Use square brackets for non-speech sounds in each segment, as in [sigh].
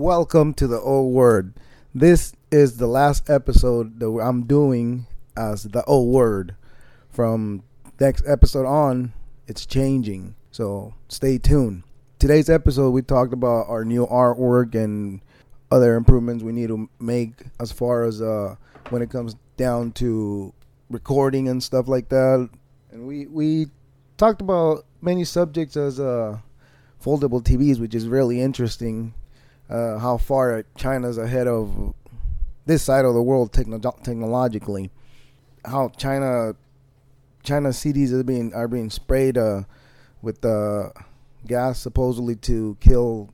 Welcome to the O Word. This is the last episode that I'm doing as the O Word. From next episode on, it's changing. So stay tuned. Today's episode, we talked about our new artwork and other improvements we need to make as far as uh, when it comes down to recording and stuff like that. And we we talked about many subjects as uh, foldable TVs, which is really interesting. Uh, how far China's ahead of this side of the world techno- technologically, how China China CDs are being are being sprayed uh, with uh, gas supposedly to kill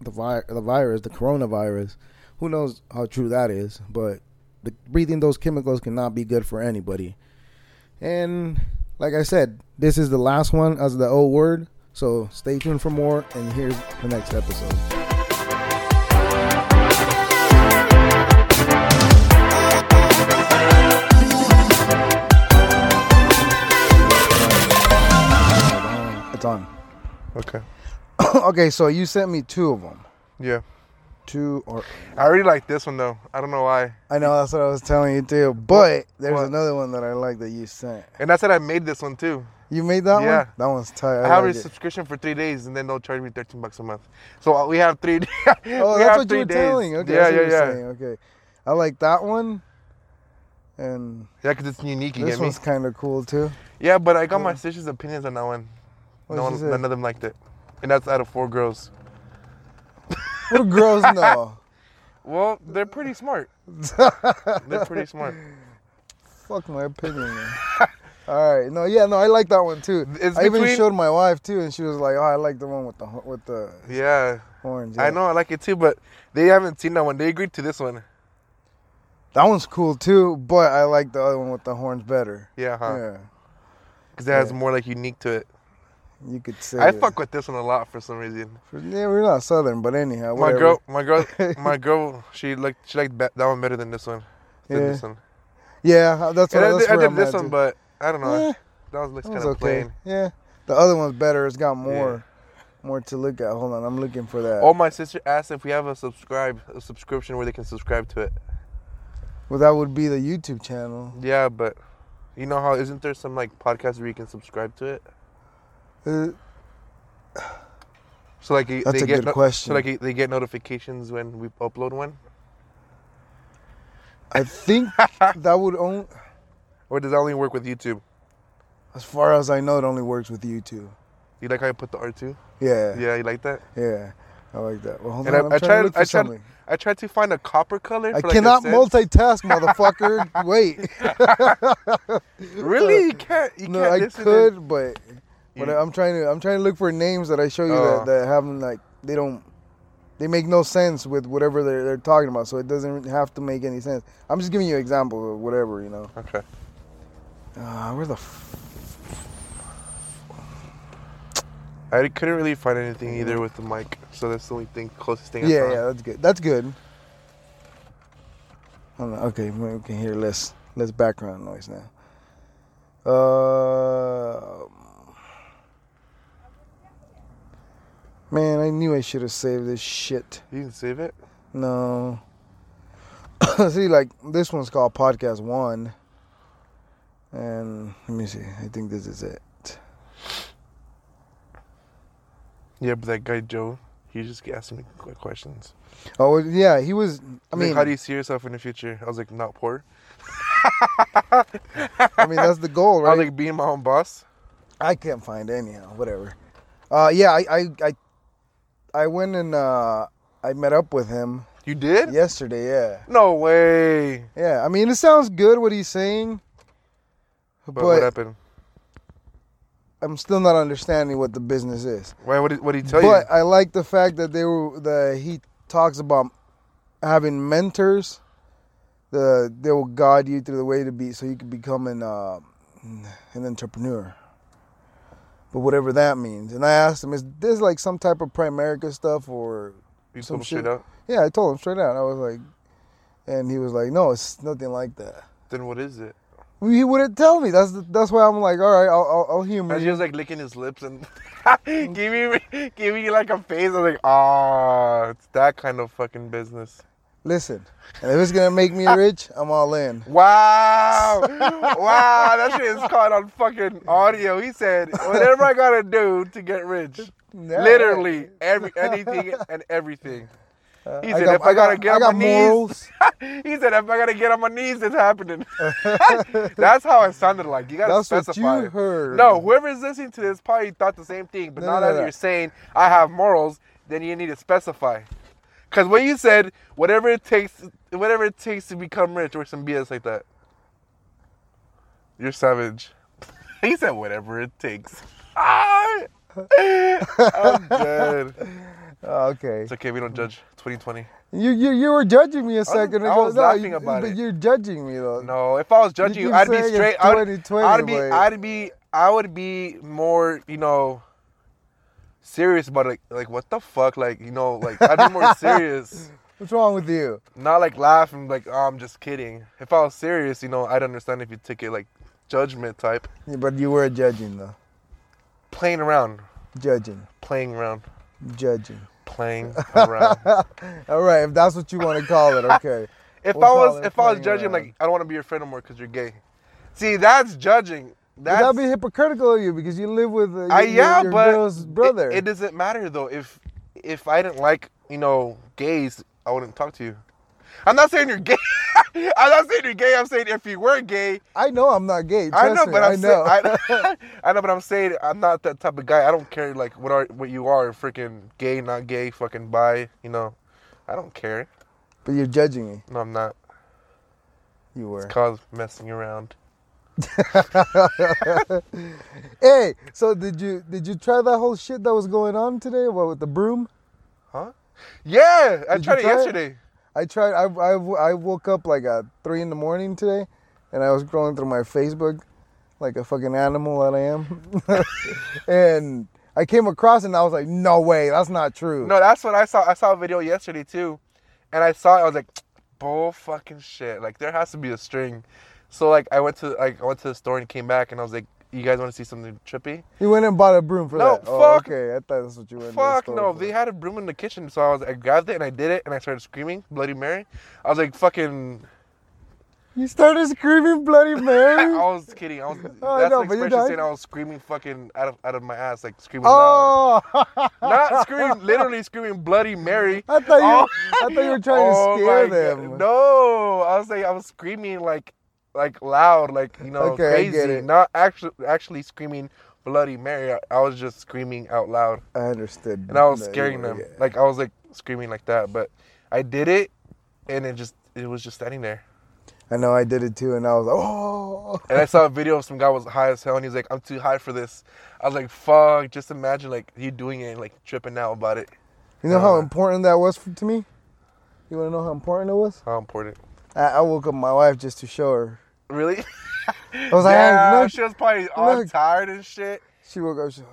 the vi- the virus, the coronavirus. Who knows how true that is? But the, breathing those chemicals cannot be good for anybody. And like I said, this is the last one as the O word. So stay tuned for more. And here's the next episode. It's on. [coughs] Okay. okay, so you sent me two of them. Yeah. Two or I already like this one though. I don't know why. I know that's what I was telling you too. But there's What? another one that I like that you sent. And I said I made this one too. You made that Yeah. one. That one's tight. I, I, have like a it. subscription for three days, and then they'll charge me thirteen bucks a month. So uh, [laughs] we have three. [laughs] oh, Oh, that's what you were telling. Okay, yeah, that's what yeah, you're yeah, saying. Okay, I like that one. And yeah. Because it's unique. You this get me? one's kind of cool too. Yeah, but I got my Yeah. sister's opinions on that one. What no did one, she say? none of them liked it, and that's out of four girls. What do [laughs] girls know? Well, they're pretty [laughs] smart. They're pretty smart. Fuck my opinion. man. All right, no, yeah, no, I like that one too. It's I even between- showed my wife too, and she was like, "Oh, I like the one with the ho- with the Yeah, horns." I yeah. know I like it too, but they haven't seen that one. They agreed to this one. That one's cool too, but I like the other one with the horns better. Yeah, huh? Yeah, Because it has Yeah. more like unique to it. you could say. I it. fuck with this one a lot for some reason. Yeah, we're not southern, but anyhow, My whatever. girl, my [laughs] girl, my girl. She liked she liked ba- that one better than this one. Than Yeah. this one. Yeah, uh, that's what And I, that's did, I where did I'm this at, one, too. but I don't know. Eh, That one looks that was kind of okay. plain. Yeah, the other one's better. It's got more, more to look at. Hold on, I'm looking for that. Oh, my sister asked if we have a subscribe a subscription where they can subscribe to it. Well, that would be the YouTube channel. Yeah, but you know how isn't there some like podcast where you can subscribe to it? Uh, So like you- That's they a get good no- question. So like you- they get notifications when we upload one, I [laughs] think that would only, or does that only work with YouTube? as far as I know, it only works with YouTube. You like how I put the R two? Yeah, Yeah. yeah, you like that? I like that. Well, hold And on, I- I'm I trying tried- to look for I tried- something. I tried to find a copper color. I for, like, a cannot cent. multitask, [laughs] motherfucker. Wait, Really, you can't. You Uh, no, can't I listen in- could, but You- but I'm trying to I'm trying to look for names that I show you that, Oh. that haven't like they don't they make no sense with whatever they're, they're talking about, so it doesn't have to make any sense. I'm just giving you an example of whatever you know. Okay. Ah, Uh, where the f- I couldn't really find anything either with the mic, so that's the only thing closest thing. I yeah found. yeah that's good that's good. Hold on, okay, we can hear less less background noise now. Uh, man, I knew I should have saved this shit. You can save it. No. [coughs] see, like this one's called Podcast One, and let me see. I think this is it. Yeah, but that guy Joe, he just asked me quick questions. Oh well, yeah, he was. I He's mean, like, how do you see yourself in the future? I was like, not poor. I mean that's the goal, [laughs] I right? I, was like, being my own boss. can't find it anyhow. Whatever. Uh, yeah, I, I, I, I went and uh, I met up with [laughs] him You did? yesterday. Yeah, No way. yeah. I mean, it sounds good what he's saying, But, what but happened? I'm still not understanding what the business is. Why? What did, what did he tell but I like the fact that they were that he talks about having mentors. The they will guide you through the way to be so you can become an uh, an entrepreneur. But whatever that means, and I asked him, is this like some type of Primerica stuff or? you? You some told him straight shit. out. Yeah, I told him straight out. I was like, and he was like, no, it's nothing like that. Then what is it? He wouldn't tell me. That's the, that's why I'm like, all right, I'll, I'll, I'll humor I was you. just like licking his lips and [laughs] giving me giving you like a face. I was like, ah, it's that kind of fucking business. Listen, and if it's gonna make me rich, I'm all in. [laughs] Wow, wow, that shit is caught on fucking audio. He said, whatever I gotta do to get rich, Yeah. literally every anything and everything. [laughs] He said, if I gotta get I on got my knees, morals. he said, if I gotta get on my knees, it's [laughs] happening. [laughs] That's how it sounded like. You gotta That's what specify. you heard. No, whoever's listening to this probably thought the same thing, but No, now no, that no, no. you're saying I have morals, then you need to specify. Cause when you said whatever it takes whatever it takes to become rich or some BS like that. You're savage. [laughs] he said whatever it takes. [laughs] Ah! [laughs] I'm dead. Oh, Okay. It's okay, we don't judge. 2020. You, you you were judging me a second ago. I was No, laughing you- about but it. you're judging me though. No, if I was judging you, keep I'd be saying it's straight. I'd, 2020, I'd be, but- I'd be, I would be more, you know, serious about it. Like, like, what the fuck? Like, you know, like I'd be [laughs] more serious, What's wrong with you? not like laughing. Like, oh, I'm just kidding. If I was serious, you know, I'd understand if you took it like judgment type, Yeah, but you were judging though. playing around, Judging. playing around, Judging. playing [laughs] around. All right, if that's what you want to call it, [laughs] okay. If We'll I call was, it if I was playing judging, around. like, I don't want to be your friend no more because you're gay. See, that's judging. But That's, that'd be hypocritical of you because you live with uh, your, I your- yeah, your but girl's it- brother. It, doesn't matter though. If if I didn't like you know gays, I wouldn't talk to you. I'm not saying you're gay. [laughs] I'm not saying you're gay. I'm saying if you were gay, I know I'm not gay. I trust know, me, but I I'm know. Saying, I, [laughs] I know, but I'm saying I'm not that type of guy. I don't care like what are what you are, freaking gay, not gay, fucking bi. You know, I don't care. but you're judging me. No, I'm not. You were. It's cause messing around. Hey, so did you did you try that whole shit that was going on today? What with the broom? Yeah, I Did you tried it try it? yesterday. I tried. I, I, I woke up like at three in the morning today, and I was scrolling through my Facebook, like a fucking animal that I am, [laughs] and I came across it and I was like, no way, that's not true. No, that's what I saw. I saw a video yesterday too, and I saw it. I was like, bull fucking shit. Like there has to be a string. So like I went to like I went to the store and came back and I was like, you guys want to see something trippy? You went and bought a broom for No, that. Oh, fuck. okay, I thought that's what you went. to the Fuck store no. for. They had a broom in the kitchen, so I was I grabbed it and I did it and I started screaming Bloody Mary. I was like fucking. You started screaming [laughs] bloody [laughs] I Mary. was kidding. I was. Oh, I that's know, the but you're expression not- saying I was screaming fucking out of out of my ass like screaming. loud. oh, [laughs] Not screaming, literally screaming Bloody Mary. I thought you. Oh. I thought you were trying Oh to scare my God. them. No, I was like, I was screaming like, like loud, like you know, Okay, I crazy. get it. Not actually, actually screaming Bloody Mary. I, I was just screaming out loud, I understood. and I was that you scaring were- them. yeah. Like I was like screaming like that, but I did it, and it just it was just standing there. I know I did it too, and I was like, oh. And I saw a video of some guy was high as hell, and he's like, "I'm too high for this." I was like, "Fuck!" Just imagine like you doing it and like tripping out about it. You know how Uh, important that was for, to me? You want to know how important it was? How important? I, I woke up my wife just to show her. [laughs] Really? I was like, yeah, "Hey, look." she was probably all look. tired and shit. She woke up, she's like,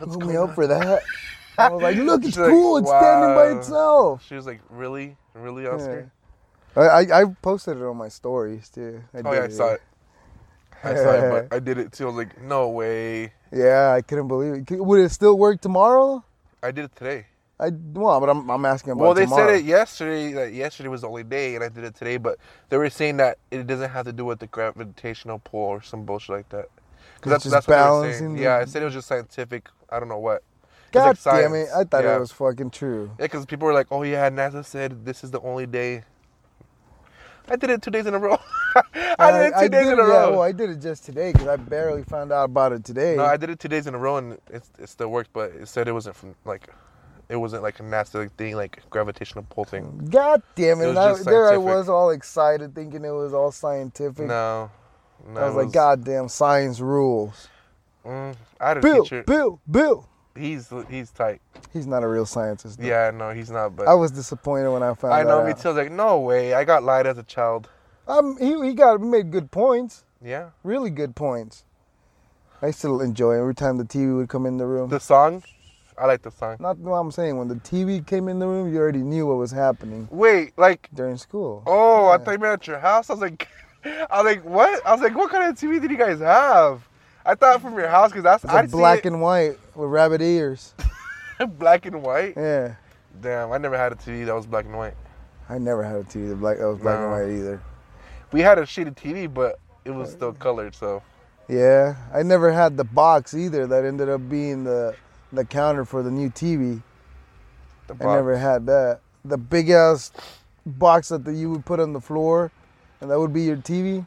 What's hook going me up on? for [laughs] that. I was like, look, it's She's like, cool. It's standing by wow. itself. She was like, "Really, really, Oscar?" I, I, I posted it on my stories too. I Oh yeah, I did saw it. I saw it, [laughs] but I did it too. I was like, "No way!" Yeah, I couldn't believe it. Could- Would it still work tomorrow? I did it today. I well, but I'm, I'm asking about well, they tomorrow. said it yesterday. That yesterday was the only day, and I did it today. But they were saying that it doesn't have to do with the gravitational pull or some bullshit like that. It's Because just that's, that's what they were balancing saying. the- Yeah, I said it was just scientific. I don't know what. It's God like damn it! science. I thought Yeah. it was fucking true. Yeah, because people were like, "Oh yeah, NASA said this is the only day." I did it two days in a row. [laughs] I did it two days did in a it- row. Yeah, well, I did it just today because I barely found out about it today. No, I did it two days in a row and it, it still worked, but it said it wasn't from like, it wasn't like a NASA thing, like gravitational pull thing. God damn It it! was and I, just there I scientific. was, all excited, thinking it was all scientific. No, no. I was, it like, God damn, science rules. mm, I had a Bill, teacher. Bill, Bill. He's he's tight. He's not a real scientist. though. Yeah, no, he's not. But I I, was disappointed when I found. know that me out. too. I was like, no way. I got lied as a child. Um, he he got made good points, Yeah. really good points. I still enjoy it every time the TV would come in the room. The song, I like the song. Not what I'm saying. When the TV came in the room, you already knew what was happening Wait, like, during school. oh, I Yeah. thought you meant at your house. I was like, [laughs] I was like, what? I was like, what kind of TV did you guys have? I thought from your house because that's It's a I'd see black it- and white with rabbit ears. [laughs] black and white. Yeah, Damn, I never had a TV that was black and white. I never had a TV that black that was black and No. white either. We had a shitty TV, but it was still colored. So Yeah, I never had the box either. That ended up being the the counter for the new TV. the I never had that. The big ass box that the, you would put on the floor, and that would be your TV.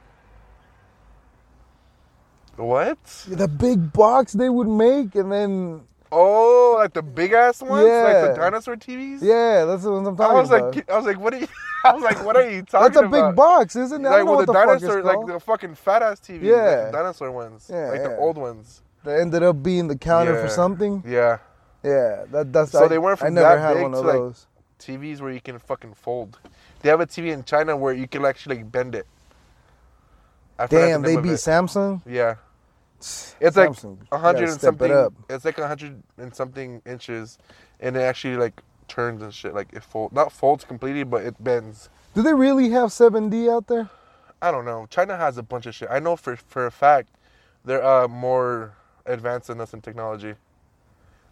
what? The big box they would make, and then Oh, like the big ass ones, like Yeah. the dinosaur TVs. yeah, that's what I'm talking I was about. like, I was like, what are you? [laughs] I was like, what are you talking that's a big about? box, isn't it? I Like don't know with what the the, fuck it's dinosaur, called. like the fucking fat ass TV, like Yeah. the dinosaur ones, Yeah, like yeah. the old ones. that ended up being the counter for Yeah. something. Yeah, Yeah, that that's. So I, they went I from never that had big one of to, like, those. TVs where you can fucking fold. They have a TV in China where you can actually like bend it. I forgot the Damn, they name of beat it. Samsung. Yeah, It's it's like a hundred and something. It up. It's like a hundred and something inches, and it actually like turns and shit. Like it fold, not folds completely, but it bends. Do they really have 7D out there? I don't know. China has a bunch of shit. I know for for a fact they're uh, more advanced than us in technology.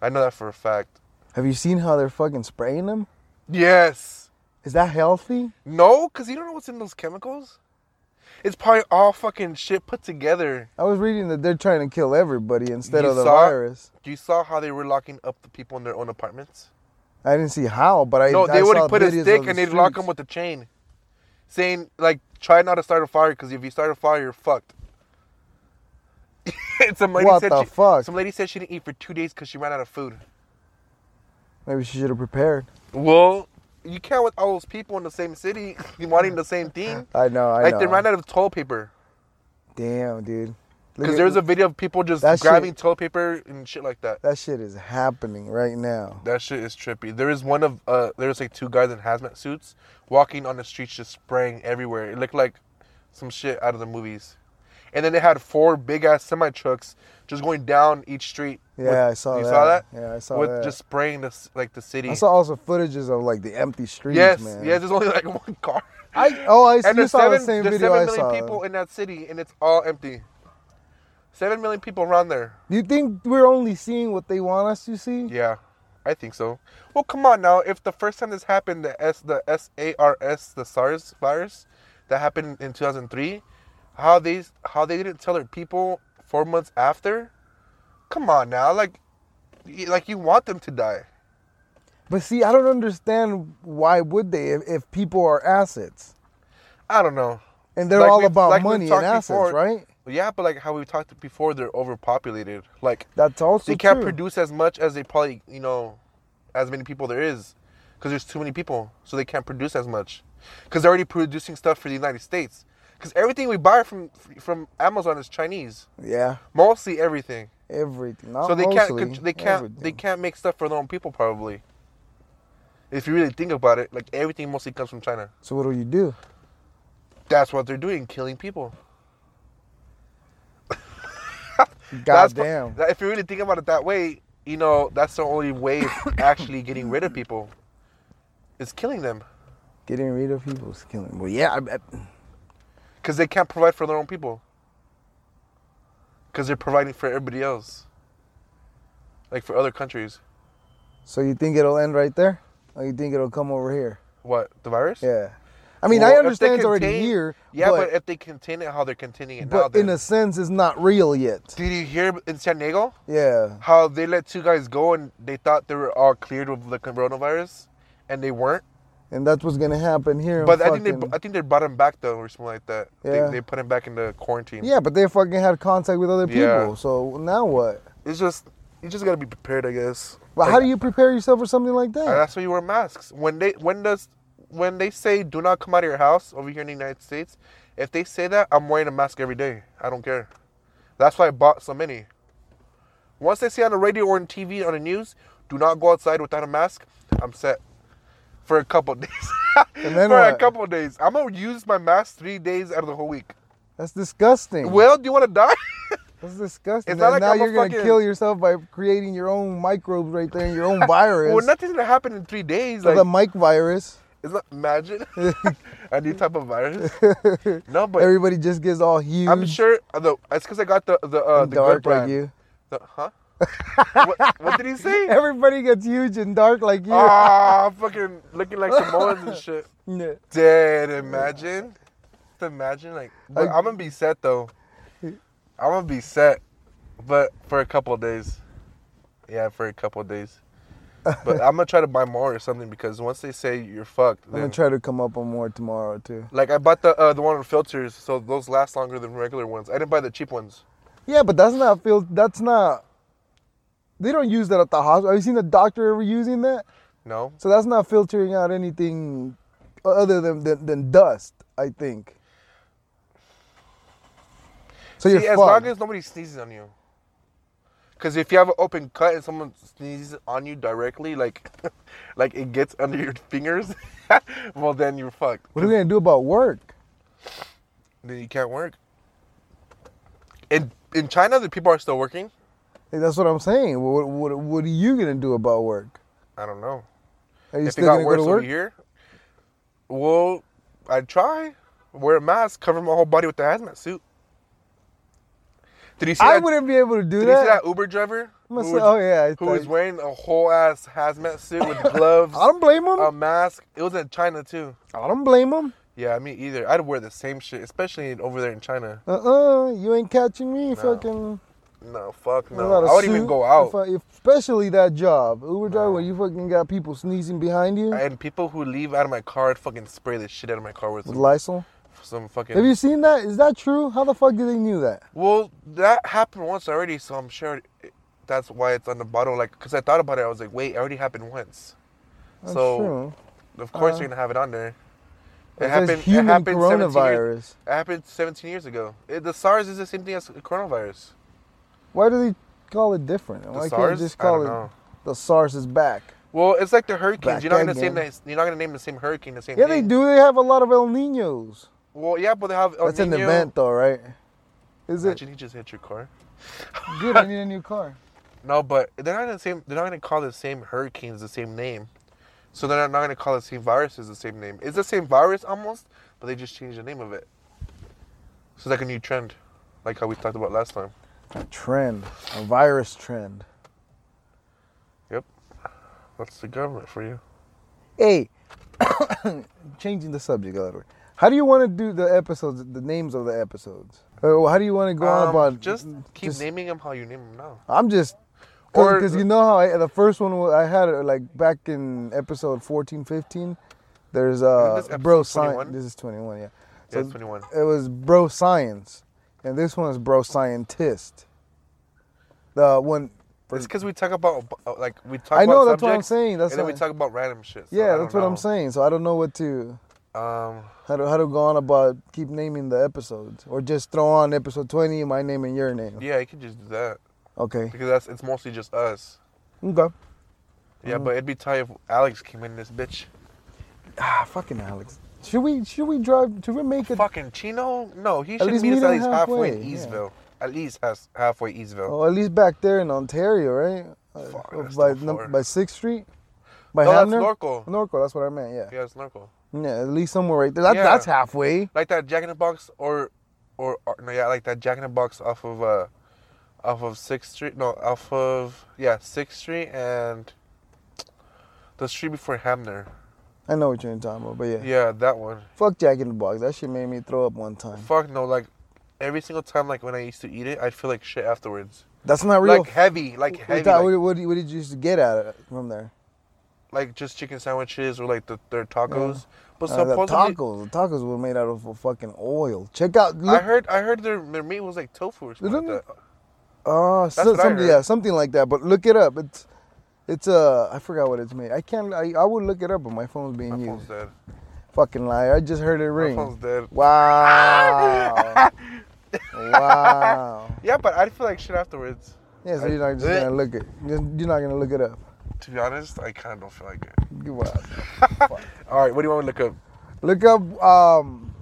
I know that for a fact. Have you seen how they're fucking spraying them? Yes. Is that healthy? No, because you don't know what's in those chemicals. It's probably all fucking shit put together. I was reading that they're trying to kill everybody instead You of the saw it? virus. You saw how they were locking up the people in their own apartments? I didn't see how, but I no, they I would saw put a videos of stick the and they'd lock them streets. with a chain, saying like, "Try not to start a fire, because if you start a fire, you're fucked." [laughs] And some lady What said the she, fuck? Some lady said she didn't eat for two days because she ran out of food. Maybe she should have prepared. Well, you can't with all those people in the same city [laughs] wanting the same thing. I know. I like know. they ran out of toilet paper Damn, dude. Look because at- there's a video of people just That shit- grabbing toilet paper and shit like that. that shit is happening right now. That shit is trippy. There is one of uh, there's like two guys in hazmat suits walking on the streets, just spraying everywhere. It looked like some shit out of the movies. And then they had four big ass semi trucks just going down each street. Yeah, I saw you that. saw that. Yeah, I saw With that. just spraying the s- like the city. I saw also footages of like the empty streets, yes, man. yes. There's only like [laughs] one car. I oh I and you there's saw seven, the same there's video seven I million saw. people in that city, and it's all empty. Seven million people around there. Do you think we're only seeing what they want us to see? Yeah, I think so. Well, come on now. If the first time this happened, the S, the S A R S, the SARS virus, that happened in 2003, how they how they didn't tell their people four months after? Come on now, like, y- like you want them to die. But see, I don't understand why would they if, if people are assets I don't know. and they're Like all we've- about like we've money and talked assets, before, right? Yeah, but like how we talked before, they're overpopulated. Like That's also they can't true. produce as much as they probably you know as many people there is because there's too many people so they can't produce as much because they're already producing stuff for the united states because everything we buy from from amazon is chinese Yeah, mostly everything everything. Not so they Uh, mostly, can't con- they can't they everything. can't make stuff for their own people probably if you really think about it like everything mostly comes from china So what do you do? that's what they're doing killing people That's pro- Goddamn. that- if you really think about it that way, you know, that's the only way [coughs] of actually getting rid of people is killing them Getting rid of people is killing. Well, yeah, I, I- because they can't provide for their own people because they're providing for everybody else, like for other countries. so you think it'll end right there, or you think it'll come over here? What the virus? Yeah, I mean, Well, I if they understand it's already contain- here. Yeah, but, but, if they contain it, how they're containing it now? but Then. in a sense, it's not real yet. Did you hear in San Diego Yeah, how they let two guys go and they thought they were all cleared with the coronavirus, and they weren't? and that's what's gonna happen here. in But I think they, fucking- I think they brought him back though, or something like that. Yeah. They, they put him back into quarantine. Yeah, but they fucking had contact with other people. Yeah. So now what? It's just you just gotta be prepared, I guess. Well, how do you prepare yourself for something like that? And that's why you wear masks. When they when does when they say do not come out of your house over here in the United States, if they say that, I'm wearing a mask every day. I don't care. That's why I bought so many. Once they say on the radio or on TV on the news, do not go outside without a mask. I'm set for a couple [laughs] days. And then for a what? couple days, I'm gonna use my mask three days out of the whole week. That's disgusting. Well, do you want to die? [laughs] That's disgusting. It's And not like now I'm a you're gonna fucking- kill yourself by [laughs] creating your own microbes right there and your own virus. Well, nothing's gonna happen in three days. So Like, the mic virus. Isn't that [laughs] imagine [laughs] a new type of virus? No, but Everybody just gets all huge. I'm sure. Although it's because I got the the uh, Mm. and the dark good brand. like you. [laughs] The, huh? what, what did he say? Everybody gets huge and dark like you. [laughs] Ah, fucking looking like Samoans and shit. Yeah. Dude, imagine. Just imagine, like, but I'm gonna be set though. I'm gonna be set, but for a couple of days. Yeah, for a couple of days. [laughs] But I'm gonna try to buy more or something because once they say you're fucked, I'm gonna then, try to come up on more tomorrow too. like I bought the uh, the one with filters, so those last longer than regular ones. I didn't buy the cheap ones. Yeah, but that's not feel. That's not. They don't use that at the hospital. Have you seen a doctor ever using that? No, So that's not filtering out anything other than than, than dust. I think. So you're See, as fucked. long as nobody sneezes on you. Because if you have an open cut and someone sneezes on you directly, like, [laughs] like it gets under your fingers, [laughs] well then you're fucked. what are we gonna do about work? Then you can't work. In in China, the people are still working. Like, that's what I'm saying. What, what what are you gonna do about work? I don't know. Are you if it still got gonna go worse to over work? here, well, I'd try. Wear a mask, cover my whole body with the hazmat suit. Did you see I that? wouldn't be able to do Did you see that. that Uber driver? I'm gonna who say- was- oh yeah, I who was thought- wearing a whole ass hazmat [laughs] suit with gloves, I don't blame him. a mask. It was in China too. I don't blame him. Yeah, me either. I'd wear the same shit, especially in- over there in China. Uh uh you ain't catching me, fucking. No, fuck no. without a I wouldn't even suit. go out. If I- if- especially that job, Uber driver, No. where you fucking got people sneezing behind you And people who leave out of my car, I'd fucking spray the shit out of my car with with some, Lysol. some fucking. Have you seen that? Is that true? How the fuck did they knew that? Well, that happened once already, so I'm sure it, that's why it's on the bottle. Like, because I thought about it, I was like, wait, it already happened once. That's so, true. of course, Oh, Uh, you're going to have it on there. It It happened, says human it happened 17 years coronavirus. It happened 17 years ago. It, the SARS is the same thing as coronavirus. Why do they call it different? The Why can't SARS? they just I don't call it know. the SARS is back? Well, it's like the hurricanes. Back You're not gonna again. name the, you're not gonna name the same hurricane the same. Yeah, they name. do. They have a lot of El Ninos. Well, yeah, but they have El That's an Niño. event, though, right? Is it? Imagine he just hit your car. Dude, I need a new [laughs] car. No, but they're not the same. They're not gonna call the same hurricanes the same name. So they're not gonna call the same viruses the same name. It's the same virus almost, but they just changed the name of it. So it's like a new trend, like how we talked about last time. A trend, a virus trend. That's the government for you. Hey, [coughs] changing the subject a little bit. How do you want to do the episodes, the names of the episodes? Or how do you want to go on Um, about? just keep just- naming them how you name them now. I'm just. Or- Because you know how I, the first one wa- I had it like back in episode 14, 15. There's uh Isn't this bro episode 21? science. This is 21, yeah. So That's 21. it was bro science, and this one is bro scientist. The one. It's because we talk about uh, like we talk. I know about that's what I'm subjects, saying. That's and then what we I- talk about random shit. so I yeah, don't that's what I'm know. saying. So I don't know what to. Um, How to how to go on about keep naming the episodes, or just throw on episode twenty, my name and your name. yeah, you could just do that Okay. because that's it's mostly just us. Okay. Yeah, Mm. but it'd be tight if Alex came in this bitch. Ah, fucking Alex. Should we should we drive? Should we make it? Fucking Chino? No, he should least meet us meet at him least halfway, in halfway, yeah. Eastville. At least has, halfway Eastville. Oh, at least back there in Ontario, right? Uh, Fuck, uh, that's by still num- far. by Sixth Street, by no, that's Hamner? Norco. Norco, that's what I meant. Yeah. yeah. Yeah, it's Norco. at least somewhere right there. That, Yeah. That's halfway. Like that Jack in the Box or, or, or no, yeah, like that Jack in the Box off of uh, off of Sixth Street. No, off of yeah Sixth Street and the street before Hamner. I know what you're talking about, but yeah. Yeah, that one. Fuck Jack in the Box. That shit made me throw up one time. Fuck no, like every single time, like when I used to eat it, I'd feel like shit afterwards. That's not real. Like heavy, like What heavy. the- like- what, what, what did you used to get at it from there? like just chicken sandwiches or like the, their tacos. But Uh, the supposedly, tacos. The tacos were made out of a fucking oil. Check out. I Look, heard I heard their, their meat was like tofu or something. Like Isn't that. Oh, so, what I something, heard. yeah, something like that. But look it up. It's it's uh I forgot what it's made. I can't. I, I would look it up, but my phone's being My used. phone's dead. Fucking liar! I just heard it My ring. phone's dead. [laughs] Wow. wow. Yeah, but I'd feel like shit afterwards. Yeah, so you're not just gonna look it. You're you're not gonna look it up. To be honest, I kind of don't feel like it. Wow. All right, what do you want me to look up? Look up. Um.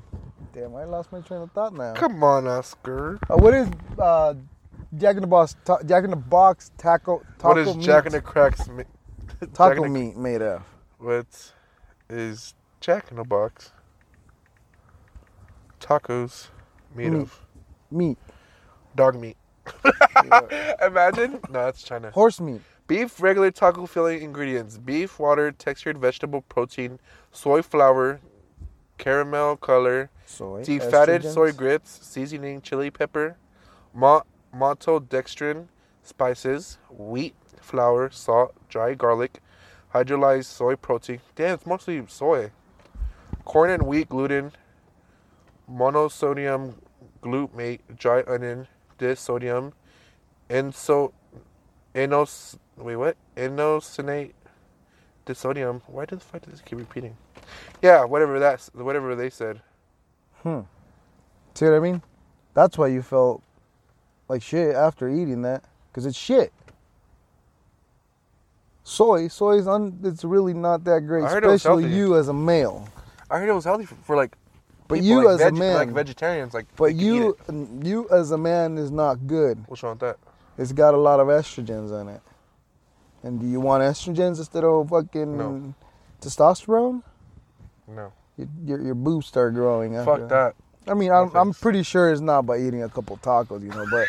Damn, I lost my train of thought now. Uh, Come on, Oscar. Uh, what is uh, Jack in the Box? Ta- Jack in the Box taco. taco what is meat, [laughs] Jack in the Cracks? Mi- Jack taco in the- meat made of? What is Jack in the Box. Tacos made Meat. of Meat. dog meat. Imagine. No, that's China. Horse meat. Beef, regular taco filling ingredients beef, water, textured vegetable protein, soy flour, caramel color, Soy. defatted estrogens. soy grits, seasoning, chili pepper, ma- maltodextrin, spices, wheat, flour, salt, dry garlic, hydrolyzed soy protein. Damn, it's mostly soy. Corn and wheat gluten, monosodium glutamate, dry onion, dissodium, enso, enos, wait, what? Enosinate, dissodium. Why does the fuck does this keep repeating? Yeah, whatever that's whatever they said. See what I mean? That's why you felt like shit after eating that, because it's shit. Soy, soy is un, it's really not that great, I heard it was especially healthy. you as a male. I heard it was healthy for, for like. But people, you like as a veg- like man- vegetarians, like. But they can eat you, it. you as a man is not good. What's wrong with that? It's got a lot of estrogens in it. And do you want estrogens instead of fucking No. testosterone? No. Your, your, your boobs start growing. after. Fuck that. [laughs] I mean, I'm, No I'm thanks. pretty sure it's not by eating a couple tacos, you know, but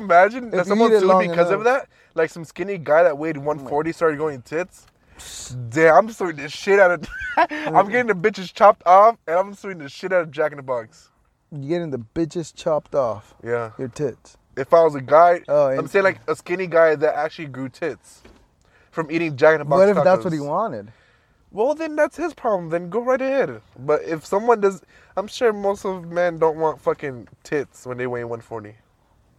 Imagine that If you someone eat it sued long because of enough- that. Like some skinny guy that weighed 140 started going tits. Damn, I'm suing the shit out of. [laughs] I'm getting the bitches chopped off, and I'm suing the shit out of Jack in the Box. you're getting the bitches chopped off Yeah. your tits. If I was a guy, Oh, I'm and- saying like a skinny guy that actually grew tits from eating Jack in the Box. what if that's what he tacos. wanted? Well, then that's his problem. Then go right ahead. But if someone does, I'm sure most of men don't want fucking tits when they weigh 140.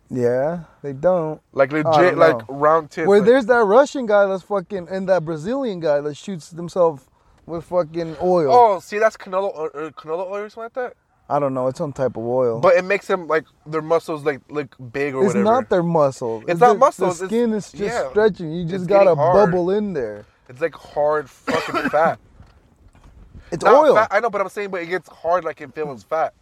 Yeah, they don't. Like legit, don't like know. round tits. Where like- there's that Russian guy that's fucking and that Brazilian guy that shoots himself with fucking oil. oh, see, that's canola oil, or canola oil or something like that. I don't know. It's some type of oil. But it makes them like their muscles like look big or it's whatever. not their muscle. It's not the- muscles, The it's- skin is just yeah, stretching. You it's just got a getting hard. bubble in there. It's like [coughs] hard fucking fat. It's Not oil. fat- I know, but I'm saying, but it gets hard like if it was fat.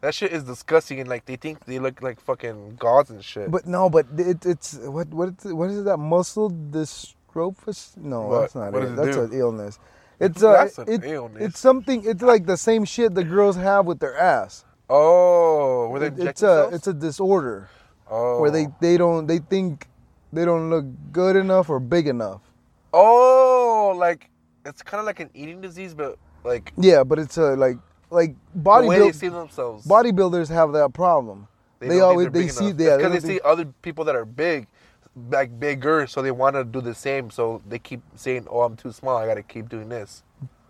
That shit is disgusting, and like they think they look like fucking gods and shit. But no, but it, it's what what it's, what is that muscle dystrophus? No, What? that's not What it. does it that's do? an illness. It's a, That's an it- illness. It's something. It's like the same shit the girls have with their ass. oh, were they It- it's inject a themselves? it's a disorder oh. where they they don't they think they don't look good enough or big enough. Oh, like it's kind of like an eating disease, but like Yeah, but it's a like like the way they bodybuild, see themselves. bodybuilders have that problem. They, don't think always they're they big see enough. yeah, It's 'cause don't they see think- other people that are big, like bigger, so they want to do the same. So they keep saying, "Oh, I'm too small. I got to keep doing this."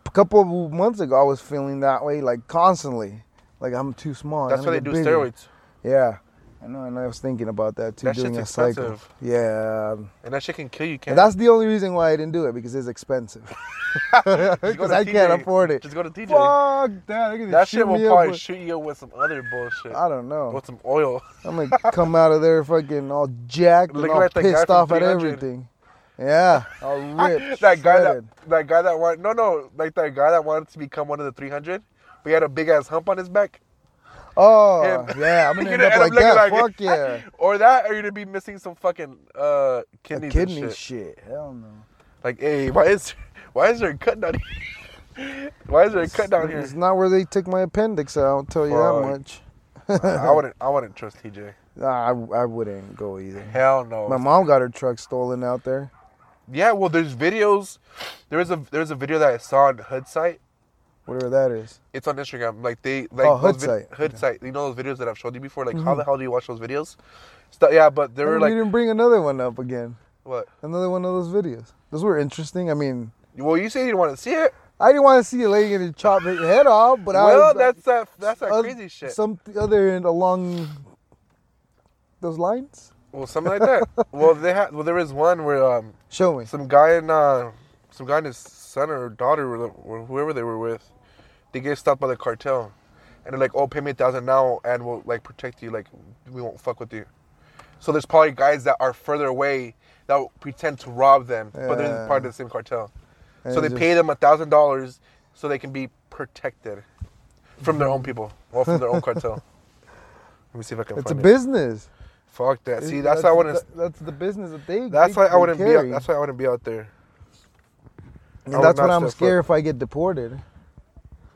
a couple of months ago I was feeling that way like constantly. Like I'm too small. I That's gotta why they get do bigger. steroids, Yeah. I know, and I was thinking about that too, That doing shit's a cycle. expensive. Yeah, um, and that shit can kill you. Can't and that's the only reason why I didn't do it because it's [laughs] expensive. [laughs] Just go Because to I can't TJ. afford it. Just go to DJ. Fuck that! they're gonna That shoot shit will me up probably with- shoot you with some other bullshit. I don't know. With some [laughs] oil. I'm gonna come out of there fucking all jacked and Looking all like that guy pissed from off at 300. everything. Yeah, [laughs] all ripped. that guy shredded. that that guy that wanted no no like that guy that wanted to become one of the 300, but he had a big ass hump on his back. Oh him. yeah, I'm You're [laughs] gonna end up like looking that. like Fuck it. [laughs] yeah. or that, or you're gonna be missing some fucking uh, A kidneys. and kidney shit. shit. Hell no. Like, hey, why is why is there a cut down here? [laughs] why is there a cut down here? It's not where they took my appendix out. I'll tell you Fuck. that much. [laughs] I wouldn't I wouldn't trust TJ. Nah, I, I wouldn't go either. Hell no. My mom got her truck stolen out there. Yeah, well, there's videos. There is a there's a video that I saw on Hood site. Whatever that is. It's on Instagram. Like they like Oh, Hood those site. Mm-hmm. Hood site. You know those videos that I've showed you before. Like how the hell do you watch those videos? So, yeah, but they Hey, were You like didn't bring another one up again. what? Another one of those videos. Those were interesting. I mean, Well, you say you didn't want to see it. I didn't want to see a lady getting chopped her head off, but I. well, that's that that's that oth- crazy shit. Some other end along those lines. well, something like [laughs] that. well, they had. Well, there is one where um Show me. some guy and uh, some guy and his son or daughter or or whoever they were with, they get stopped by the cartel, and they're like, "Oh, pay me a thousand now, and we'll like protect you. Like, we won't fuck with you." So there's probably guys that are further away that will pretend to rob them, but they're Yeah. part of the same cartel. so And they just- pay them a thousand dollars so they can be protected from their own people, well, from their [laughs] own cartel. Let me see if I can It's a find it. business. Fuck that. See, It- that's, why I wouldn't. that- That's the business that they. That's they- why I they wouldn't be. carry. Out, that's why I wouldn't be out there. And I would that's what not I'm step foot. scared if I get deported.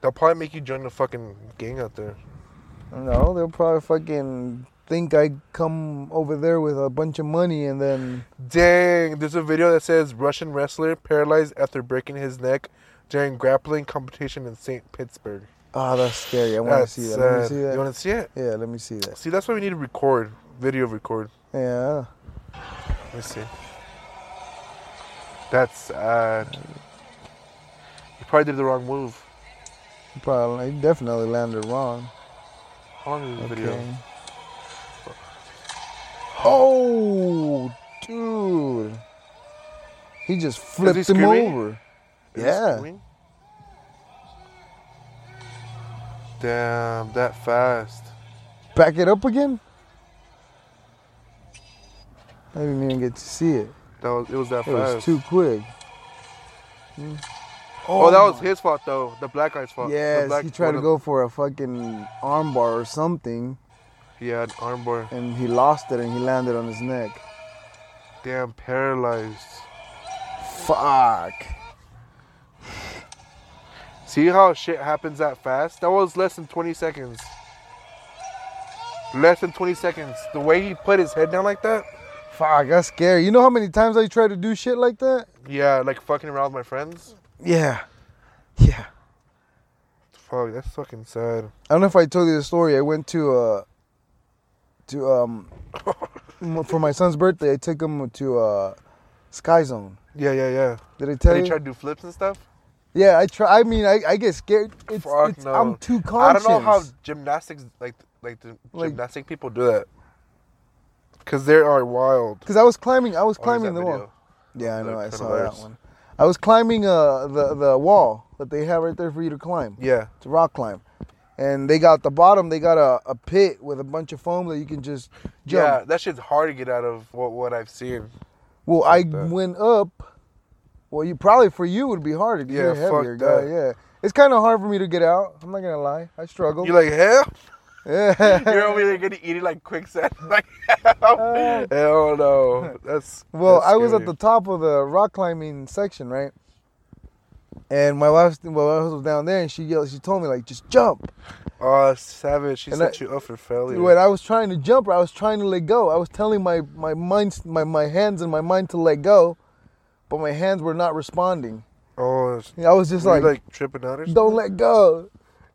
They'll probably make you join the fucking gang out there. No, they'll probably fucking think I come over there with a bunch of money and then Dang, there's a video that says Russian wrestler paralyzed after breaking his neck during grappling competition in St. Pittsburgh. ah, that's scary. I want to That's see that. Let me sad. see that. You want to see it? yeah, let me see that. See, that's why we need to record, video record. Yeah, Let me see. That's sad. You probably did the wrong move. probably he definitely landed wrong. How long is the video? Okay. Oh, dude, he just flipped him screaming? over. Is it Yeah. screwing? Damn, that fast. Back it up again. I didn't even get to see it. That was it was that It fast. was too quick. Oh, that was his fault though. The black guy's fault. The Yes, black- he tried one to of- go for a fucking armbar or something, Yeah, an armbar. and he lost it, and he landed on his neck. Damn, paralyzed. Fuck. See how shit happens that fast? That was less than 20 seconds. Less than 20 seconds. The way he put his head down like that? Fuck, that's scary. You know how many times I tried to do shit like that? Yeah, like fucking around with my friends. Yeah. Yeah. Fuck, that's fucking sad. I don't know if I told you the story. I went to uh to um [laughs] m- for my son's birthday. I took him to uh Sky Zone. Yeah, yeah, yeah. Did I tell Did he you? try to do flips and stuff? yeah, I try. I mean, I, I get scared. It's, Fuck it's no. I'm too conscious. I don't know how gymnastics, like, like the Like- gymnastic people do that. Because they are wild. Because I was climbing. I was Oh, there's climbing that the video. wall. Yeah, I Like, know. I kinda saw that worse. one. I was climbing uh, the the wall that they have right there for you to climb. Yeah. It's a rock climb, and they got the bottom. They got a, a pit with a bunch of foam that you can just jump. Yeah, that shit's hard to get out of what, what I've seen. well, I that. went up. Well, you probably for you would be harder. 'cause Yeah, you're a fuck heavier that. guy. Yeah, it's kind of hard for me to get out. I'm not gonna lie. I struggle. You're like, hell? [laughs] yeah. You're over there gonna eat it like quicksand. [laughs] Like, hell [laughs] no. That's Uh, Well, that's I was at scary. the top of the rock climbing section, right? And my wife, well, my wife was down there, and she yelled. She told me like, just jump. Oh, savage. She And set I- you up for failure. When I was trying to jump, I was trying to let go. I was telling my my mind, my, my hands and my mind to let go, but my hands were not responding. oh, it's I was just were you, like, like, tripping out or something? "Don't let go,"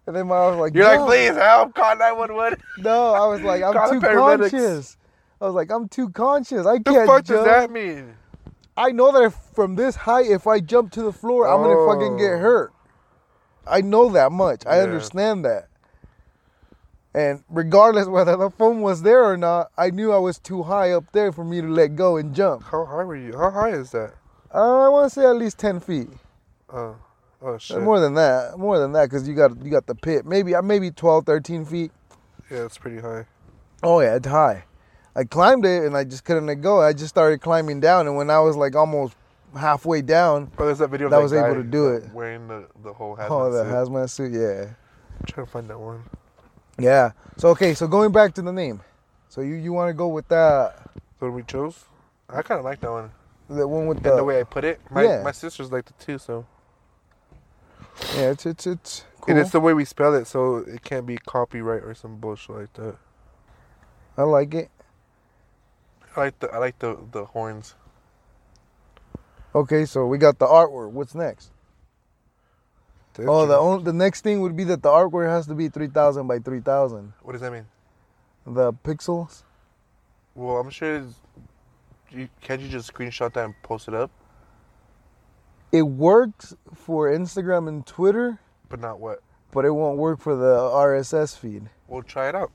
and then my I was like, You're "No." like, please help. [laughs] Call 911. No, I was like, Call "I'm the too paramedics. conscious." I was like, "I'm too conscious. I The can't fuck jump." does that mean? I know that if, from this height, if I jump to the floor, I'm gonna fucking Oh. get hurt. I know that much. I Yeah. understand that. And regardless whether the phone was there or not, I knew I was too high up there for me to let go and jump. How high were you? How high is that? Uh, I want to say at least ten feet. Oh, oh shit. Uh, More than that. More than that, because you got you got the pit. Maybe uh, maybe 12, 13 feet. yeah, it's pretty high. Oh yeah, it's high. I climbed it and I just couldn't let go. I just started climbing down, and when I was like almost halfway down, Oh, there's that video. Of That that was able guy to do it. Wearing the, the whole hat. oh, the hazmat suit, yeah. I'm trying to find that one. Yeah. So okay, so going back to the name. So you you want to go with that The one we chose. I kind of like that one. the one with And the the way I put it, my yeah. my sisters liked it too. So yeah, it's it's it's cool. And it's the way we spell it, so it can't be copyright or some bullshit like that. I like it. I like the I like the the horns. Okay, so we got the artwork. What's next? Oh, the That's- only, the next thing would be that the artwork has to be three thousand by three thousand. what does that mean? The pixels. Well, I'm sure. it's- You, can't you just screenshot that and post it up? It works for Instagram and Twitter, But not what? but it won't work for the RSS feed. We'll try it out.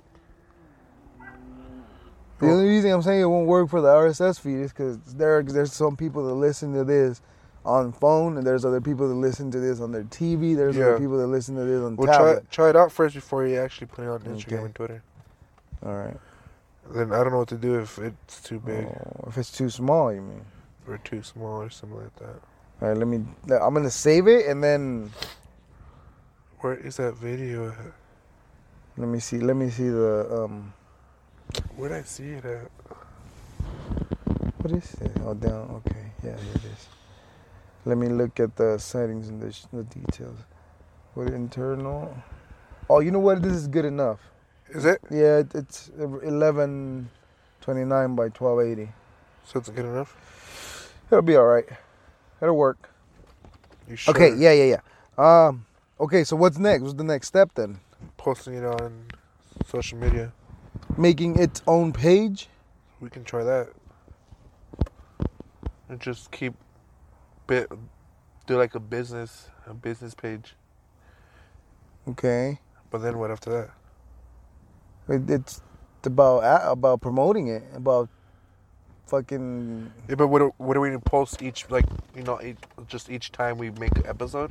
The Cool. only reason I'm saying it won't work for the RSS feed is because there there's some people that listen to this on phone, and there's other people that listen to this on their TV. There's Yeah. other people that listen to this on We'll try tablet. it, try it out first before you actually put it on Instagram Okay. and Twitter. All right. Then I don't know what to do if it's too big Oh, if it's too small, you mean? or too small or something like that. All right. Let me. I'm gonna save it and then Where is that video? at? let me see. Let me see the um. Where did I see it at? What is it? Oh, down. Okay. Yeah, here it is. Let me look at the settings and the, sh- the details. What internal? Oh, you know what? This is good enough. Is it? Yeah, it, it's 1129 by 1280. So it's good enough? It'll be all right. It'll work. You sure? Okay. Yeah. Yeah. Yeah. Um. Okay. So what's next? What's the next step then? Posting it on social media. Making its own page. We can try that. And just keep bit do like a business a business page. Okay. But then what after that? It, it's about a- about promoting it. About fucking. Yeah, but what do, what do we need to post each like you know each, just each time we make an episode?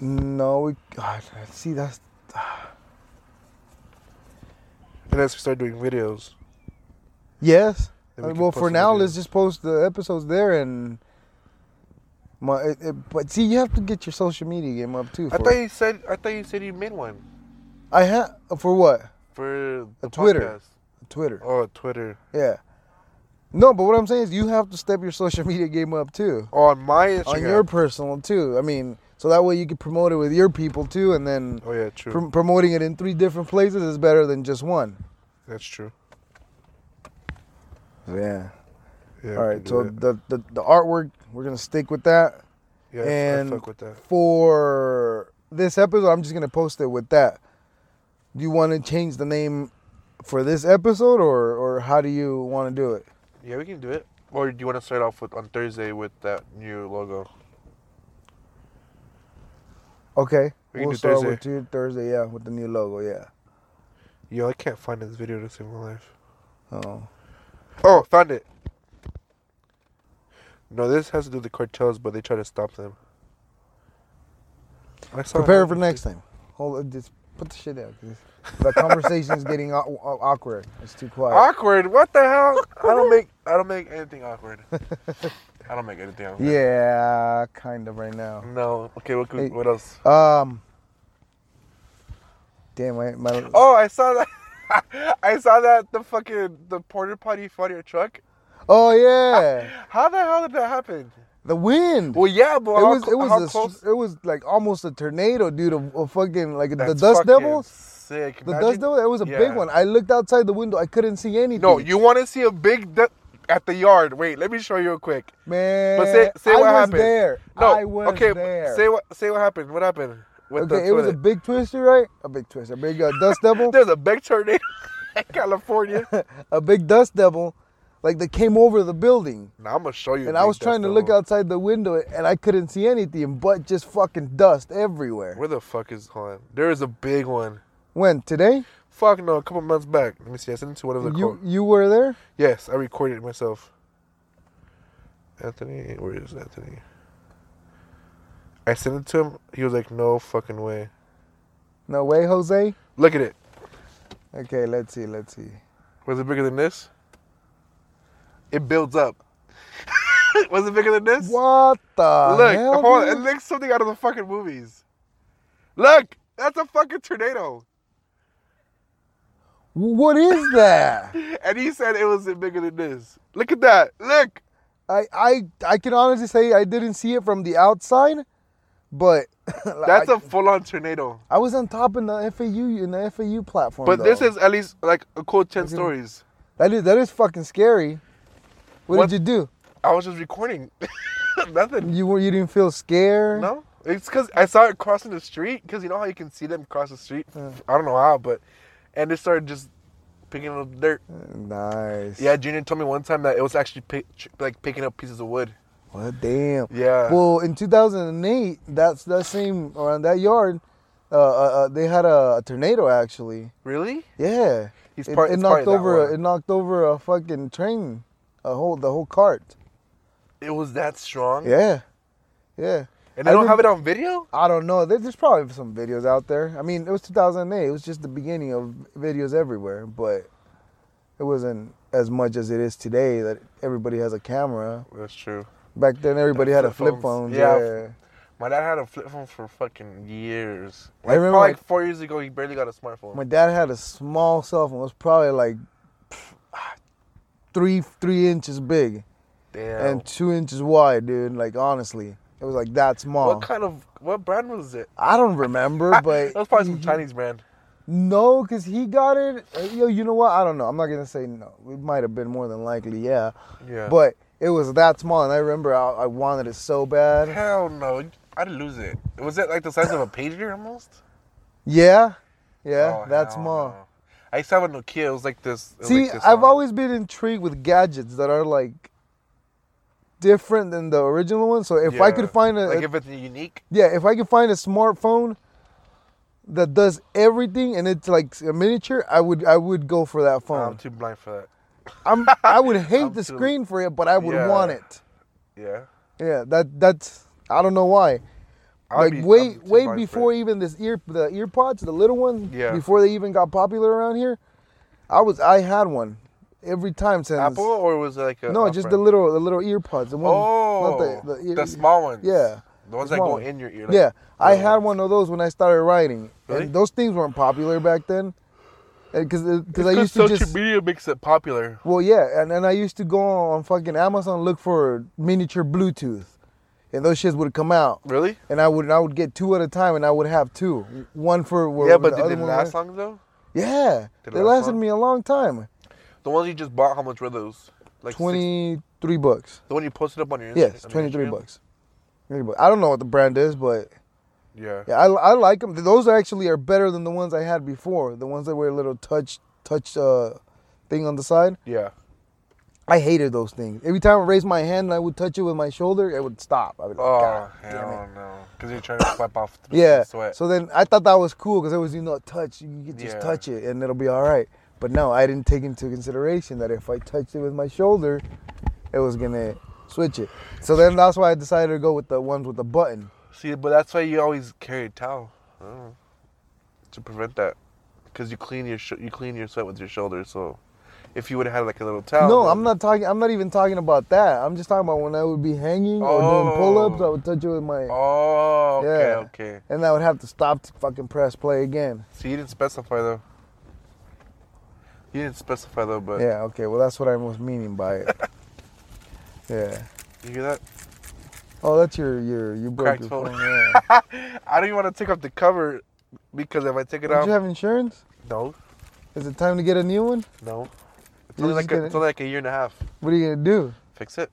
No. We. God. See. That's. Unless we start doing videos. Yes. then we Uh, can well, post for the now, videos. let's just post the episodes there and. My, it, it- but see, you have to get your social media game up too. I for- thought you said I thought you said you made one I have for what for the A Twitter. podcast. Twitter. Oh, Twitter. Yeah. No, but what I'm saying is you have to step your social [laughs] media game up too. Oh, On my Instagram. On your personal too. I mean, so that way you can promote it with your people too, and then oh yeah, true. prom- promoting it in three different places is better than just one. That's true. Yeah. Yeah. All we right. can do So that. the, the the artwork we're gonna stick with that yeah, and- I fuck with that. for this episode. I'm just gonna post it with that. Do you want to change the name for this episode, or or how do you want to do it? Yeah, we can do it. Or do you want to start off with on Thursday with that new logo? Okay. We can will do start Thursday. with Tu- Thursday. Yeah, with the new logo. Yeah. Yo, I can't find this video to save my life. Oh. Oh, found it. No, this has to do with the cartels, but they try to stop them. I saw Prepare it. for next time. Hold on, just put the shit down. 'cause The conversation is getting aw- aw- awkward. It's too quiet. Awkward. What the hell? I don't make. I don't make [laughs] anything awkward. I don't make anything awkward. yeah, kind of right now. No. Okay. What, could- Hey. what else? Um. Damn, my, my oh. Oh, I saw that. [laughs] I saw that the fucking the porter potty fought your truck. oh, yeah, How the hell did that happen? the wind. Well, yeah, but it how, was it how was a, close? str- it was like almost a tornado, dude. Of, of fucking like the That's dust fucking devil. Sick. The Imagine- dust devil. It was a Yeah. big one. I looked outside the window. I couldn't see anything. No, you want to see a big du- at the yard. Wait, let me show you real quick. man. But say, say I what was happened. There. No, I was okay. there. Say what say what happened. What happened? With Okay, it was a tornado? big twister, right? A big twister, a big uh, [laughs] dust devil, There's a big tornado [laughs] in [laughs] California. a big dust devil, like that came over the building. now I'm gonna show you. And a I big was trying dust to look devil. outside the window, and I couldn't see anything but just fucking dust everywhere. Where the fuck is on? There is a big one. When today, Fuck no, a couple months back. Let me see. I sent it to one of the. you co- you were there. yes, I recorded it myself. Anthony, where is Anthony? I sent it to him. He was like, "No fucking way." No way, Jose. Look at it. Okay, let's see, let's see. Was it bigger than this? It builds up. [laughs] Was it bigger than this? What the Look, hell? hold on. dude? It looks something out of the fucking movies. Look, that's a fucking tornado. What is that? And he said it wasn't bigger than this. Look at that. Look. I I I can honestly say I didn't see it from the outside, but [laughs] That's I, a full on tornado. I was on top in the FAU in the FAU platform. But this though. is at least like a cool 10 Okay. stories. that is that is fucking scary. What, What- did you do? I was just recording. [laughs] Nothing. You were you didn't feel scared? No? It's because I saw it crossing the street. Because you know how you can see them cross the street? Yeah. I don't know how, but. And they started just picking up dirt. Nice. Yeah, Junior told me one time that it was actually pick, like picking up pieces of wood. Well, damn. Yeah. Well, in 2008, that's that same around that yard, uh, uh, uh, they had a, a tornado actually. really? Yeah. He's It, part. it it's knocked part of that over. one. It knocked over a fucking train, a whole the whole cart. It was that strong. Yeah, yeah. And they I don't have it remember- on video. I don't know. There- There's probably some videos out there. I mean, it was 2008. It was just the beginning of videos everywhere, but it wasn't as much as it is today that everybody has a camera. That's true. Back then, everybody had a Flip flip phone. phones. Yeah. Yeah. My dad had a flip phone for fucking years. I Like, remember probably my- like four years ago, he barely got a smartphone. My dad had a small cell phone. It was probably like pff, ah, three three inches big. Damn. and two inches wide, dude. Like honestly, it was like that small. what kind of what brand was it? I don't [laughs] remember, but that [laughs] was probably some Chinese brand. No, because he got it. uh, Yo, you know what? I don't know. I'm not gonna say no. It might have been more than likely, yeah. Yeah. But it was that small, and I remember I, I wanted it so bad. hell no, I'd lose it. Was it like the size of a pager almost? Yeah, yeah, Oh, that hell small. no. I used to have a Nokia. It was like this. it was See, like this, I've uh, always been intrigued with gadgets that are like different than the original one. So if I yeah. could find a, like a- if it's unique. yeah, if I could find a smartphone that does everything and it's like a miniature, I would I would go for that I'm phone. too blind for that. I'm I would hate [laughs] I'm the too- screen for it, but I would Yeah. want it. Yeah. Yeah, that that's I don't know why. I'd like be- I'd way be too way blind for before it. even this ear the ear pods, the little ones, Yeah. before they even got popular around here, I was I had one every time since Apple or was it like a No, a just the brand? little the little ear pods. The one, ah, oh not the, the, ear, small ones. Yeah, the ones the that go small one. in your ear. like- yeah. I little had one of those when I started writing, Really? and those things weren't popular back then, because because I used to social just media makes it popular. well, yeah, and, and I used to go on fucking Amazon look for miniature Bluetooth, and those shits would come out, Really? and I would I would get two at a time, and I would have two, one for where yeah, the but did other it one last went- long though? Yeah, Did it they last lasted long? me a long time. The ones you just bought, how much were those? Like six- Twenty three bucks. the one you posted up on your Instagram. Yes, on your twenty three Instagram? bucks. 23 bucks. I don't know what the brand is, but Yeah. yeah, I, I like them. Those actually are better than the ones I had before. The ones that were a little touch touch uh, thing on the side. Yeah. I hated those things. Every time I raised my hand and I would touch it with my shoulder, it would stop. I would like, Oh God damn it. hell no! Because you're trying to wipe off the Yeah. sweat. So then I thought that was cool because it was you know touch. You can just Yeah. touch it and it'll be all right. But no, I didn't take into consideration that if I touched it with my shoulder, it was gonna switch it. So then that's why I decided to go with the ones with the button. See, but that's why you always carry a towel I don't know, to prevent that, because you clean your sh- you clean your sweat with your shoulders. So, if you would have had like a little towel. No, then- I'm not talking. I'm not even talking about that. I'm just talking about when I would be hanging or doing Oh. pull-ups. I would touch it with my, Oh, okay, Yeah. okay. and I would have to stop to fucking press play again. So you didn't specify though. You didn't specify though, but Yeah. Okay. Well, that's what I was meaning by [laughs] it. yeah. you hear that? Oh, that's your your you broke Cracked your phone. phone. [laughs] Yeah. I don't even want to take off the cover because if I take it Don't off, you have insurance? no, Is it time to get a new one? no. It's You're only, just like a, gonna- it's only like a year and a half. What are you gonna do? Fix it.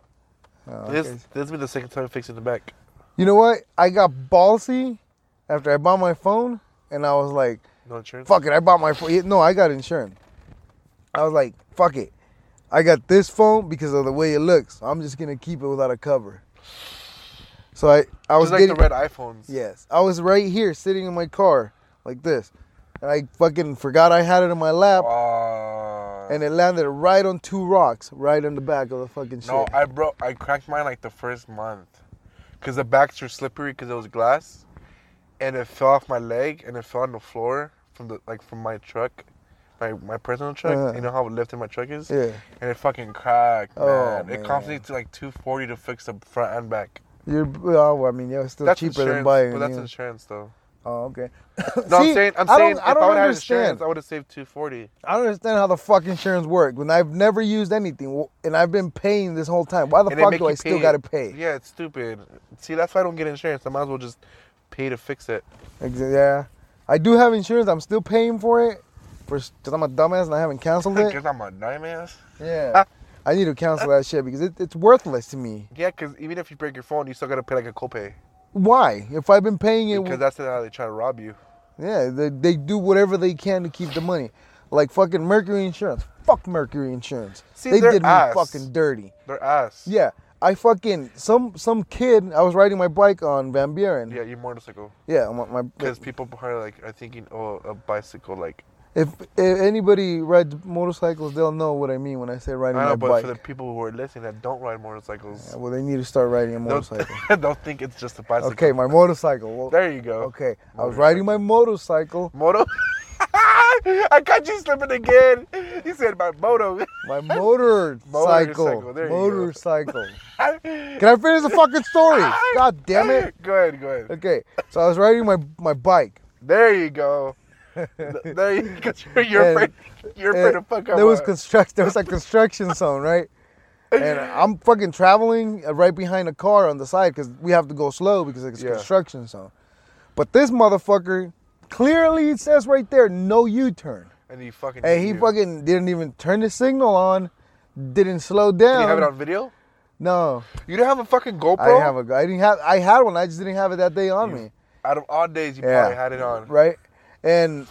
Oh, This okay. this will be the second time fixing the back. You know what? I got ballsy after I bought my phone, and I was like, No insurance. "Fuck it!" I bought my phone. No, I got insurance. I was like, "Fuck it!" I got this phone because of the way it looks. I'm just gonna keep it without a cover. So I, I was Just like getting the red iPhones. yes, I was right here sitting in my car like this, and I fucking forgot I had it in my lap, Oh. and it landed right on two rocks, right on the back of the fucking shit. No, I broke. I cracked mine like the first month, cause the backs were slippery because it was glass, and it fell off my leg and it fell on the floor from the like from my truck, my my personal truck. Uh-huh. You know how lifted my truck is, yeah, and it fucking cracked. Oh, man. it man. cost me to like two forty to fix the front and back. you're. Oh, I mean, yeah, it's still that's cheaper insurance, than buying. but a that's new- insurance [laughs] though. Oh, okay. [laughs] No, See, I'm saying I'm I saying don't- if I I, don't would have understand. insurance, I would have saved two forty. I don't understand how the fuck insurance works when I've never used anything wh- and I've been paying this whole time. Why the fuck do I still gotta pay? Yeah, it's stupid. See, that's why I don't get insurance. I might as well just pay to fix it. Exa- Yeah, I do have insurance. I'm still paying for it, for because I'm a dumbass and I haven't canceled it. [laughs] Because I'm a dumbass. Yeah, I need to cancel that shit because it, it's worthless to me. Yeah, because even if you break your phone, you still gotta pay like a copay. Why? If I've been paying it, Because that's how they try to rob you. yeah, they, they do whatever they can to keep the money, like fucking Mercury Insurance. Fuck Mercury Insurance. See, they they're did ass. me fucking dirty. They're ass. Yeah, I fucking some some kid. I was riding my bike on Van Buren. Yeah, your motorcycle. Yeah, I'm on my. Because people probably like are thinking, oh, a bicycle. Like If, if anybody rides motorcycles, they'll know what I mean when I say riding I know, my but bike. for the people who are listening that don't ride motorcycles, Yeah, well, they need to start riding a [laughs] don't, motorcycle. don't think it's just a bicycle. okay, my motorcycle. Well, There you go. okay, I was riding my motorcycle. Moto. [laughs] I caught you slipping again. You said my moto. [laughs] My motorcycle. Motorcycle, there you go. motorcycle. Can I finish the fucking story? [laughs] God damn it. Go ahead, go ahead. Okay, so I was riding my my bike. There you go. there you go. [laughs] You're And- afraid. You're afraid and to fuck up. there was a- [laughs] construct. There was a construction zone, right? and I'm fucking traveling uh, right behind a car on the side because we have to go slow because it's Yeah. construction zone. But this motherfucker clearly it says right there no U-turn, And he fucking. and he hit you. fucking didn't even turn the signal on, didn't slow Did down. you have it on video? No, You didn't have a fucking GoPro. um, I didn't have a. I didn't have. I had one. I just didn't have it that day on me. Out of all days, you Yeah. probably had it on. right? And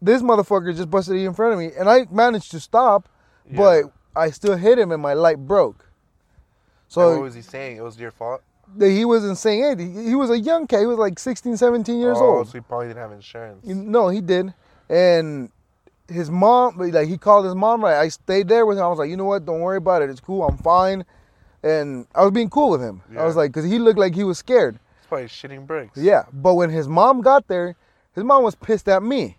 this motherfucker just busted in front of me, and I managed to stop, Yeah. but I still hit him, and my light broke. And So what was he saying? It was your fault. that he wasn't saying anything. He was a young kid. He was like 16, 17 years oh, old. so he probably didn't have insurance. You- No, he did. And his mom, like, he called his mom, right? I stayed there with him. I was like, you know what? Don't worry about it. It's cool. I'm fine. And I was being cool with him. I was Yeah. like, because he looked like he was scared. He's probably shitting bricks. Yeah. But when his mom got there, his mom was pissed at me.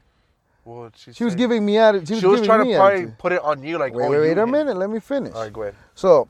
Well, she, She was said- giving me attitude. She was, She was giving trying me to probably attitude. put it on you, like. Wait, oh, wait, you wait a hit- minute. Let me finish. All right, go ahead. So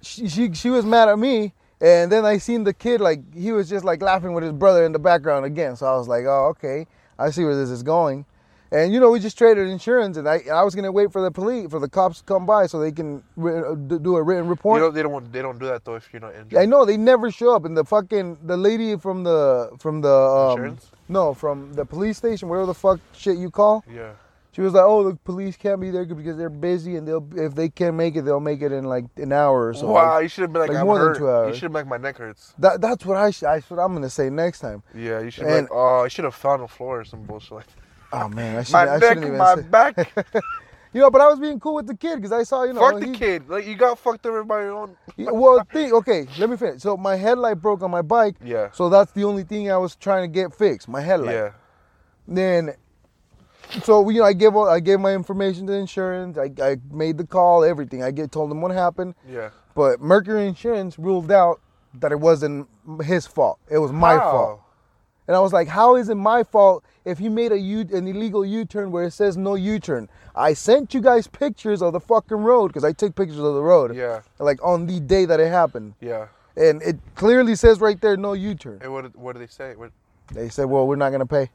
she, she she was mad at me, and then I seen the kid like he was just like laughing with his brother in the background again. So I was like, oh okay, I see where this is going. And you know we just traded insurance, and I and I was gonna wait for the police for the cops to come by so they can ri- d- do a written You report. know, they don't want, they don't do that though if you're not injured. I know they never show up, and the fucking the lady from the from the um, Insurance? no from the police station, whatever the fuck shit you call. Yeah. She was like, "Oh, the police can't be there because they're busy, and they'll if they can't make it, they'll make it in like an hour or so." wow, you should have been like, like I'm more than hurt. two hours. You should have been like, my neck hurts. That, that's what I should. That's what I'm gonna say next time. Yeah, you should have been And- like, oh, I should have found a floor or some bullshit like that. Oh man, I should. My I neck, shouldn't even my say. [laughs] back. You know, but I was being cool with the kid because I [laughs] saw you know. Fuck the he- kid. Like you got fucked over by your own. he- well, think. Okay, let me finish. So my headlight broke on my bike. Yeah. So that's the only thing I was trying to get fixed. My headlight. yeah. Then, so you know, I gave all, I gave my information to insurance. I, I made the call. Everything. I get told them what happened. Yeah. But Mercury Insurance ruled out that it wasn't his fault. It was my How? fault. And I was like, how is it my fault if he made a U- an illegal U-turn where it says no U-turn? I sent you guys pictures of the fucking road because I took pictures of the road. Yeah. Like on the day that it happened. Yeah. And it clearly says right there no U-turn. And what? did- What did they say? What, They said, well, we're not going to pay.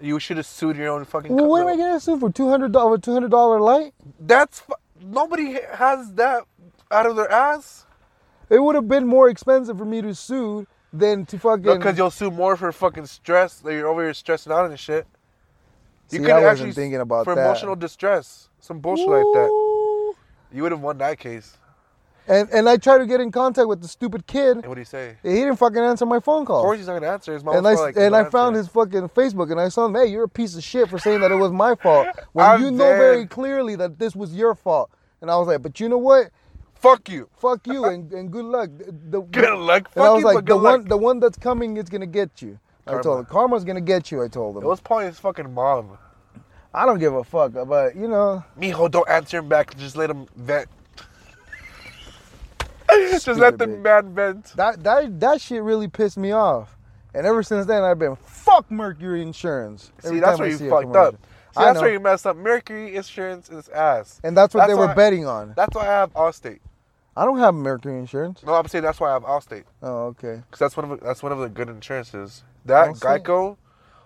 you should have sued your own fucking. Well, what am company. I going to sue for? $200, $200 light? That's fu- nobody ha- has that out of their ass. It would have been more expensive for me to sue than to fucking. Because you'll sue more for fucking stress. Like you're over here stressing out and shit. See, could've I wasn't thinking about for that. emotional distress, some bullshit like that. You would have won that case. And, and I tried to get in contact with the stupid kid. And what do you say? He didn't fucking answer my phone call. Of course he's not gonna answer. His mom and I was s- probably like, and "No I found his answer." fucking Facebook and I saw him. Hey, you're a piece of shit for saying that it was my [laughs] fault when I'm you know very dead. clearly that this was your fault. And I was like, but you know what? fuck you. Fuck [laughs] you and, and good luck. The, the- Good luck. And Fuck I was you, like, but the good one luck. the one that's coming is gonna get you. I Karma. told him karma's gonna get you. I told him. It was probably his fucking mom. I don't give a fuck, but you know, Mijo, don't answer him back. Just let him vent. [laughs] Just let the bitch. man vent. that that that shit really pissed me off. And ever since then, I've been fuck Mercury Insurance. See, Every that's time I where you see a fucked up. commercial. See, I that's know. where you messed up. Mercury insurance is ass. and that's what That's they were why- betting on. That's why I have Allstate. I don't have Mercury Insurance. No, I'm saying that's why I have Allstate. Oh, okay. Cause that's one of the, that's one of the good insurances. That Allstate? Geico,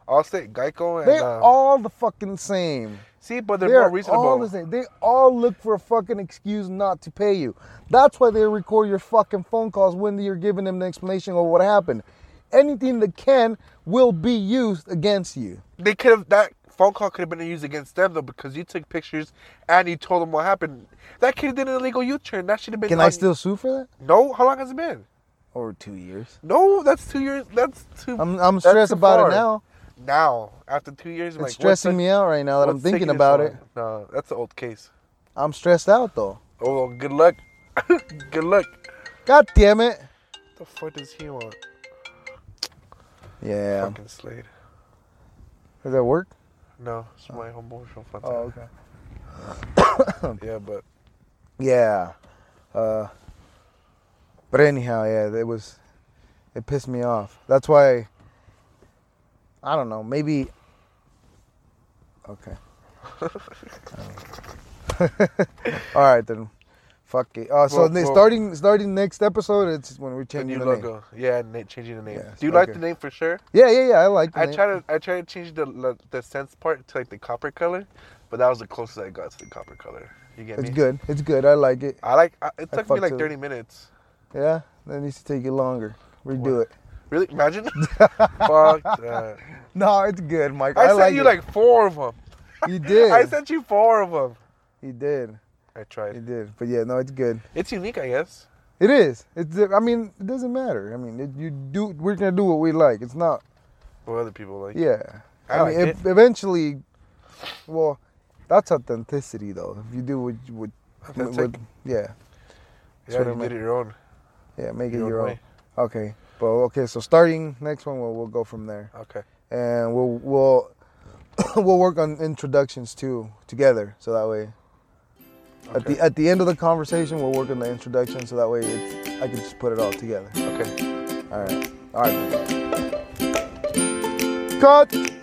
Allstate, Geico, and They uh, all the fucking same. see, but they're, They're more reasonable. all the same. They all look for a fucking excuse not to pay you. That's why they record your fucking phone calls when you're giving them the explanation of what happened. Anything that can will be used against you. They could have that phone call could have been used against them though because you took pictures and you told them what happened. That kid did an illegal U-turn. That should have been. Can on- I still sue for that? No. How long has it been? Over two years. No, that's two years. That's two. I'm, I'm that's stressed too about far. it now. Now, after two years, I'm It's like, stressing me out right now that I'm thinking about it. No, that's an old case. I'm stressed out though. Oh, well, good luck. [laughs] good luck. God damn it. What the fuck does he want? Yeah. Fucking Slade. Does that work? No, it's my homeboy from Fontaine. okay. Yeah, but Yeah. Uh, but anyhow, yeah, it was, it pissed me off. That's why, I don't know, maybe, okay. [laughs] All right, then. Fuck it. Uh, so Well, ne- well- starting starting next episode, it's when we're the changing new the name. logo. Yeah, and they changing the name. Yes, Do you like okay. the name for sure? Yeah, yeah, yeah. I like. The I name. try to I try to change the the sense part to like the copper color, but that was the closest I got to the copper color. You get It's me? good. It's good. I like it. I like. I, it I took me fucked like with 30 minutes. Yeah, that needs to take you longer. Redo What? it. Really? [laughs] Imagine. Fuck that. No, it's good, Mike. I, I, sent like you it. like four of them. you did. [laughs] I sent you four of them. you did. I You tried. did. But yeah, no, it's good. It's unique, I guess. It is. It's. I mean, it doesn't matter. I mean, it, you do. We're gonna do what we like. It's not. What other people like. Yeah. I like mean, it. ev- eventually. Well, that's authenticity, though. If you do what, what, what, Authentic. yeah, what Yeah, I you did meant. it your own. yeah, make it Your own your own. way. Okay. But okay, so starting next one, we'll, we'll go from there. Okay. and we'll we'll [coughs] we'll work on introductions too together. So that way, at Okay. the at the end of the conversation, we'll work on the introduction. So that way, it's, I can just put it all together. Okay. All right, all right. Cut.